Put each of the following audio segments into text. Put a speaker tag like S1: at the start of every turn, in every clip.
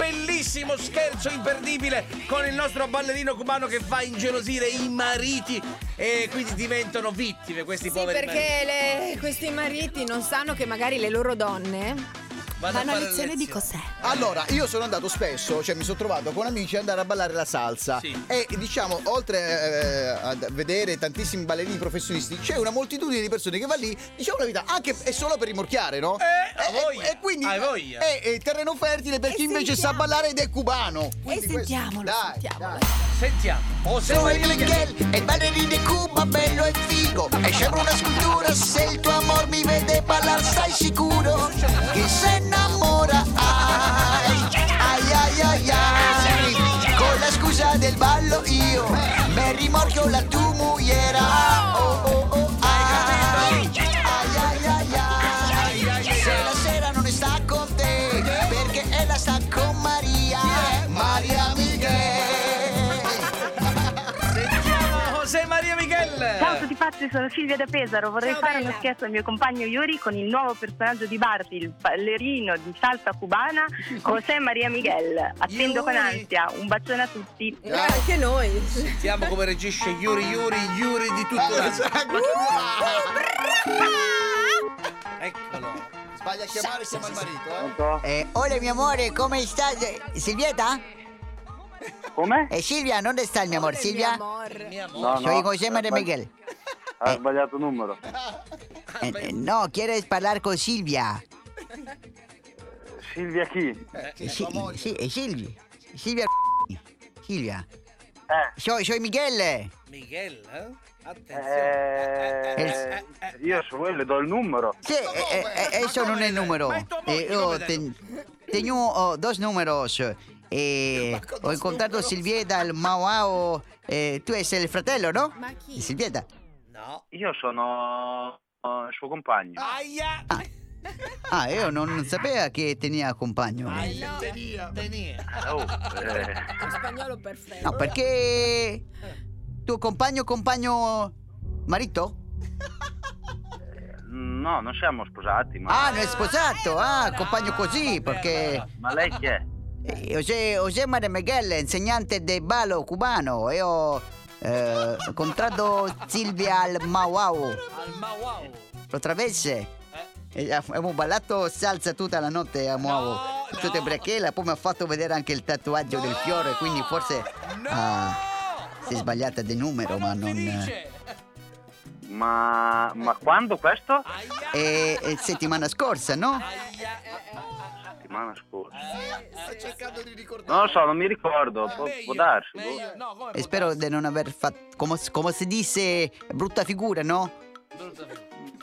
S1: bellissimo scherzo imperdibile con il nostro ballerino cubano che fa ingelosire i mariti e quindi diventano vittime questi
S2: Sì,
S1: poveri
S2: perché le- questi mariti non sanno che magari le loro donne
S1: Vado a
S2: vanno a
S1: fare
S2: lezione di
S1: lezioni.
S2: cos'è.
S3: Allora, io sono andato spesso, cioè mi sono trovato con amici ad andare a ballare la salsa.
S1: Sì.
S3: E diciamo, oltre eh, a vedere tantissimi ballerini professionisti, c'è una moltitudine di persone che va lì, diciamo la vita, anche e solo per rimorchiare, no?
S1: Eh, a
S3: E- e-
S1: voglia,
S3: E, quindi
S1: a voglia.
S3: È, è terreno fertile per
S2: E
S3: chi invece sa
S2: sentiamo.
S3: ballare ed è cubano.
S2: E sentiamolo,
S3: dai,
S2: sentiamolo.
S3: dai.
S1: Sentiamo.
S3: Sono
S1: José
S3: il Miguel, e ballerino di Cuba, bello e figo. E sembra una scultura, se il tuo amor mi vede ballar, stai sicuro che se innamora. Ai, ai, ai, ai, ai. Con la scusa del ballo io, me rimorchio la tua mujer. Oh, oh, oh, ai, ai, ai, ai, ai. Se la sera non sta con te, perché ella sta con Maria, Maria Miguel.
S1: Sentiamo José Maria Michele.
S4: Ciao a tutti pazzi, sono Silvia da Pesaro. Vorrei
S2: Eh. Ciao,
S4: fare
S2: bella.
S4: uno scherzo al mio compagno Yuri con il nuovo personaggio di Barbie, il ballerino di salsa cubana, José Maria Miguel. Attendo con
S1: Yuri.
S4: ansia. Un bacione a tutti.
S2: E anche noi.
S1: Sentiamo come reagisce Yuri Yuri Yuri di tutto l'anno. Eccolo.
S3: Sbaglia a chiamare, siamo al marito.
S5: Eh, Ole mio amore, come stai? Silvieta?
S6: Come?
S5: Eh, Silvia, non sta il mio amore, Silvia?
S1: Mia amore.
S6: No, no.
S5: Soy José María
S6: ha sbagli-
S5: Miguel.
S6: Ha sbagliato numero.
S5: Eh, eh, no, quieres hablar con Silvia.
S6: Silvia chi? Eh,
S5: Eh, Si- si- eh, Silvia. Silvia. Silvia.
S6: Eh,
S5: Soy, soy Miguel.
S1: Miguel, eh? Attenzione. Eh, eh,
S6: eh, io su quello do il numero.
S5: Sí, eh, eh, eh, eso no es número.
S1: Ma è tua moglie,
S5: Eh, yo
S1: come
S5: ten- tengo oh, dos números. Eh, ho incontrato Silvieta, il Mauao. Eh, tu sei il fratello, no?
S2: Ma chi?
S5: Di Silvieta.
S1: No.
S6: Io sono eh, il suo compagno.
S1: Aia.
S5: Ah, io non, non sapevo che tenia compagno.
S1: Aia. Tenia. Tenia.
S6: Oh, eh,
S2: Lo spagnolo perfetto.
S5: No, perché tuo compagno, compagno, marito?
S6: no, non siamo sposati, ma...
S5: Ah, non è
S1: eh,
S5: sposato, ah, compagno così, perché
S6: Ma lei chi è?
S5: eh, José, José María Miguel, insegnante di ballo cubano, e ho eh, incontrato Silvia al Mauau,
S1: Al Mawau.
S5: lo travesse. E Abbiamo ballato salsa tutta la notte a Mauau,
S1: Eh? No,
S5: tutte
S1: no.
S5: brachela, poi mi ha fatto vedere anche il tatuaggio del fiore, quindi forse
S1: No.
S5: ah, si è sbagliata di numero, ma
S1: si
S5: non...
S1: dice.
S6: Ma, ma quando questo?
S1: Aia.
S5: E, e Eh, settimana scorsa, no?
S1: Aia.
S6: Settimana scorsa.
S3: Sta cercando di ricordare.
S6: Non lo so, non mi ricordo, può,
S1: Ah, Meglio,
S6: può darsi. boh.
S1: meglio. No, come
S5: E spero di non aver fatto, come, come si dice, brutta figura, no?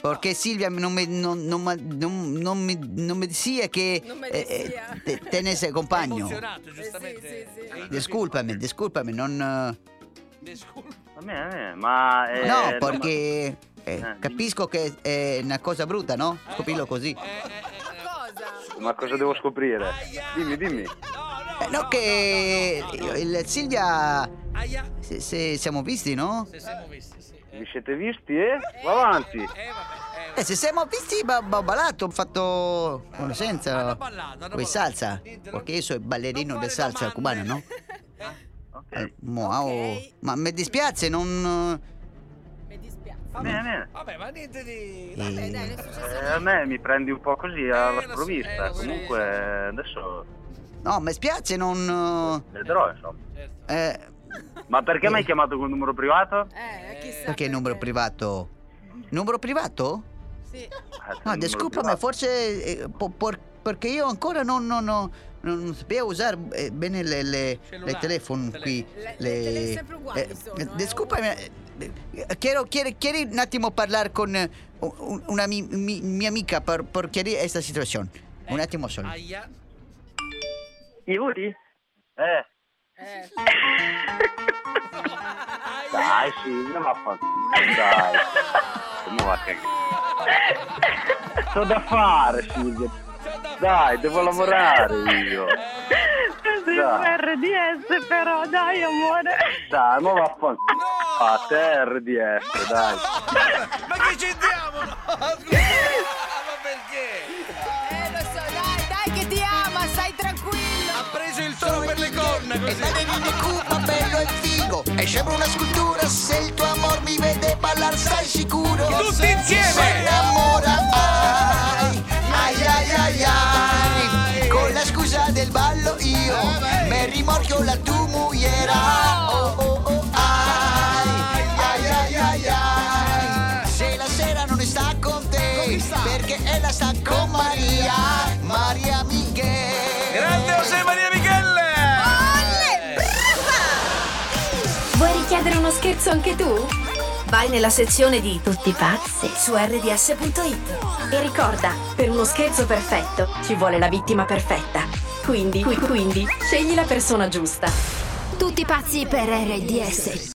S5: Perché Silvia non mi, non, non, ma- non- non mi, non mi sia che
S2: Non me
S5: eh, eh,
S2: sia.
S5: te, te ne sei
S1: È
S5: compagno.
S1: emozionato, giustamente.
S2: Eh sì, sì.
S1: Sì,
S5: Disculpami, disculpami, non... eh,
S1: Disculpa.
S6: Va bene, va bene, ma... eh,
S5: no,
S6: no,
S5: perché eh,
S6: Eh.
S5: capisco che è una cosa brutta, no? Scoprirlo così.
S1: Eh, eh, eh, eh.
S2: Cosa?
S6: ma cosa devo scoprire?
S1: Aia.
S6: Dimmi, dimmi.
S1: No, no.
S5: Eh,
S1: no,
S5: no, che
S1: no, no, no, no.
S5: il Silvia,
S1: Aia.
S5: se, se siamo visti, no?
S1: Se siamo visti, sì. Eh,
S6: Vi siete visti, eh? Va avanti.
S1: eh, vabbè, eh,
S5: Eh, se siamo visti, ba- ba- ho ballato, ho fatto conoscenza.
S1: Hanno ballato, hanno
S5: Poi
S1: ballato.
S5: oh, salsa,
S1: Niente, non-
S5: perché io sono il ballerino
S1: non
S5: del
S1: fare
S5: salsa
S1: domande.
S5: cubano, no?
S6: Ok.
S5: Eh, wow.
S2: Ok.
S5: Ma mi dispiace, non...
S2: Mi dispiace.
S6: Bene, bene.
S1: Vabbè, ma niente di... Ah,
S5: eh,
S2: Vabbè, dai, non è successo
S6: Eh,
S2: niente.
S6: a me mi prendi un po' così
S1: lo
S6: alla
S1: so,
S6: sprovvista.
S1: eh, lo so,
S6: Comunque
S1: sì, sì,
S6: adesso
S5: no, mi spiace, non...
S6: vedrò, insomma.
S1: Certo.
S5: Eh,
S6: Ma perché mi hai chiamato col numero privato?
S2: Eh, chissà.
S5: perché numero privato? Numero privato?
S2: Sì.
S6: Eh,
S5: No,
S6: il numero
S5: disculpami,
S6: privato.
S5: forse... eh, po- por- perché io ancora non... non, non, non sapevo usare eh, bene le, le,
S1: Cellulare,
S5: telefono qui.
S2: Le- le tele- sempre uguali sono, eh,
S5: disculpami,
S2: ovunque.
S5: eh, eh, Quiero, quiero, quiero un attimo parlare con eh, un- una mi- mi- mia amica per, per chiarire questa situazione. Un
S2: Eh,
S5: attimo solo.
S1: Aia.
S4: Yuri?
S6: Eh,
S2: Eh,
S6: dai, sì, ma fa... Dai. Come va che... C'ho da fare, Silvia.
S1: Cioè,
S6: Dai, devo lavorare io. Dai,
S4: RDS però, dai amore.
S6: dai, ma vaffanculo. A te RDS, dai.
S1: Ma che c'entriamo? No, scusa. Ah, ma perché?
S2: eh, lo so, dai, dai che ti ama, stai tranquillo.
S1: Ha preso il toro per
S3: sembra una scultura se il tuo amor mi vede ballar stai sicuro
S1: Tutti
S3: Se
S1: insieme!
S3: innamora ai, ai ai ai ai Con la scusa del ballo io
S1: Eh,
S3: Me rimorchio la tu muiera Oh oh oh ai, ai ai ai ai Se la sera non sta con te Perché ella sta con Maria Maria Miguel
S1: Grande José Maria Michele! Eh.
S7: Vuoi richiedere uno scherzo anche tu? Vai nella sezione di Tutti pazzi su rds.it e ricorda, per uno scherzo perfetto ci vuole la vittima perfetta. Quindi, qui- quindi, scegli la persona giusta.
S8: Tutti pazzi per RDS.